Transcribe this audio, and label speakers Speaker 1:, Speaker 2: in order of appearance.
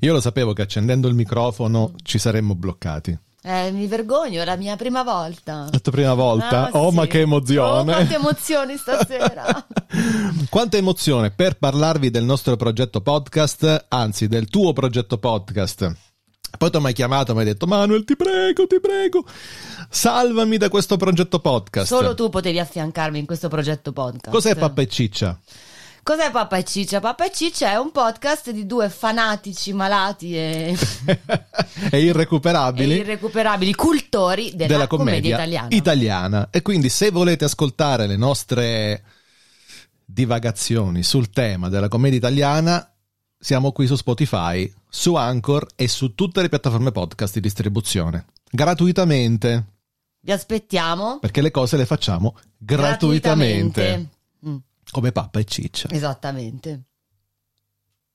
Speaker 1: Io lo sapevo che accendendo il microfono ci saremmo bloccati.
Speaker 2: Eh, mi vergogno, è la mia prima volta.
Speaker 1: La tua prima volta?
Speaker 2: Ah,
Speaker 1: oh,
Speaker 2: sì.
Speaker 1: ma che
Speaker 2: Oh,
Speaker 1: emozione!
Speaker 2: quante emozioni stasera.
Speaker 1: Quanta emozione per parlarvi del nostro progetto podcast, anzi del tuo progetto podcast. Poi ti ho mai chiamato, mi hai detto Manuel, ti prego, ti prego, salvami da questo progetto podcast.
Speaker 2: Solo tu potevi affiancarmi in questo progetto podcast.
Speaker 1: Cos'è Pappa e Ciccia?
Speaker 2: Cos'è Pappa e Ciccia? Pappa e Ciccia è un podcast di due fanatici malati e,
Speaker 1: e irrecuperabili
Speaker 2: e irrecuperabili cultori della,
Speaker 1: della
Speaker 2: commedia,
Speaker 1: commedia
Speaker 2: italiana.
Speaker 1: italiana. E quindi se volete ascoltare le nostre divagazioni sul tema della commedia italiana, siamo qui su Spotify, su Anchor e su tutte le piattaforme podcast di distribuzione. Gratuitamente,
Speaker 2: Vi aspettiamo
Speaker 1: perché le cose le facciamo gratuitamente,
Speaker 2: gratuitamente. Mm,
Speaker 1: come pappa e ciccia.
Speaker 2: esattamente.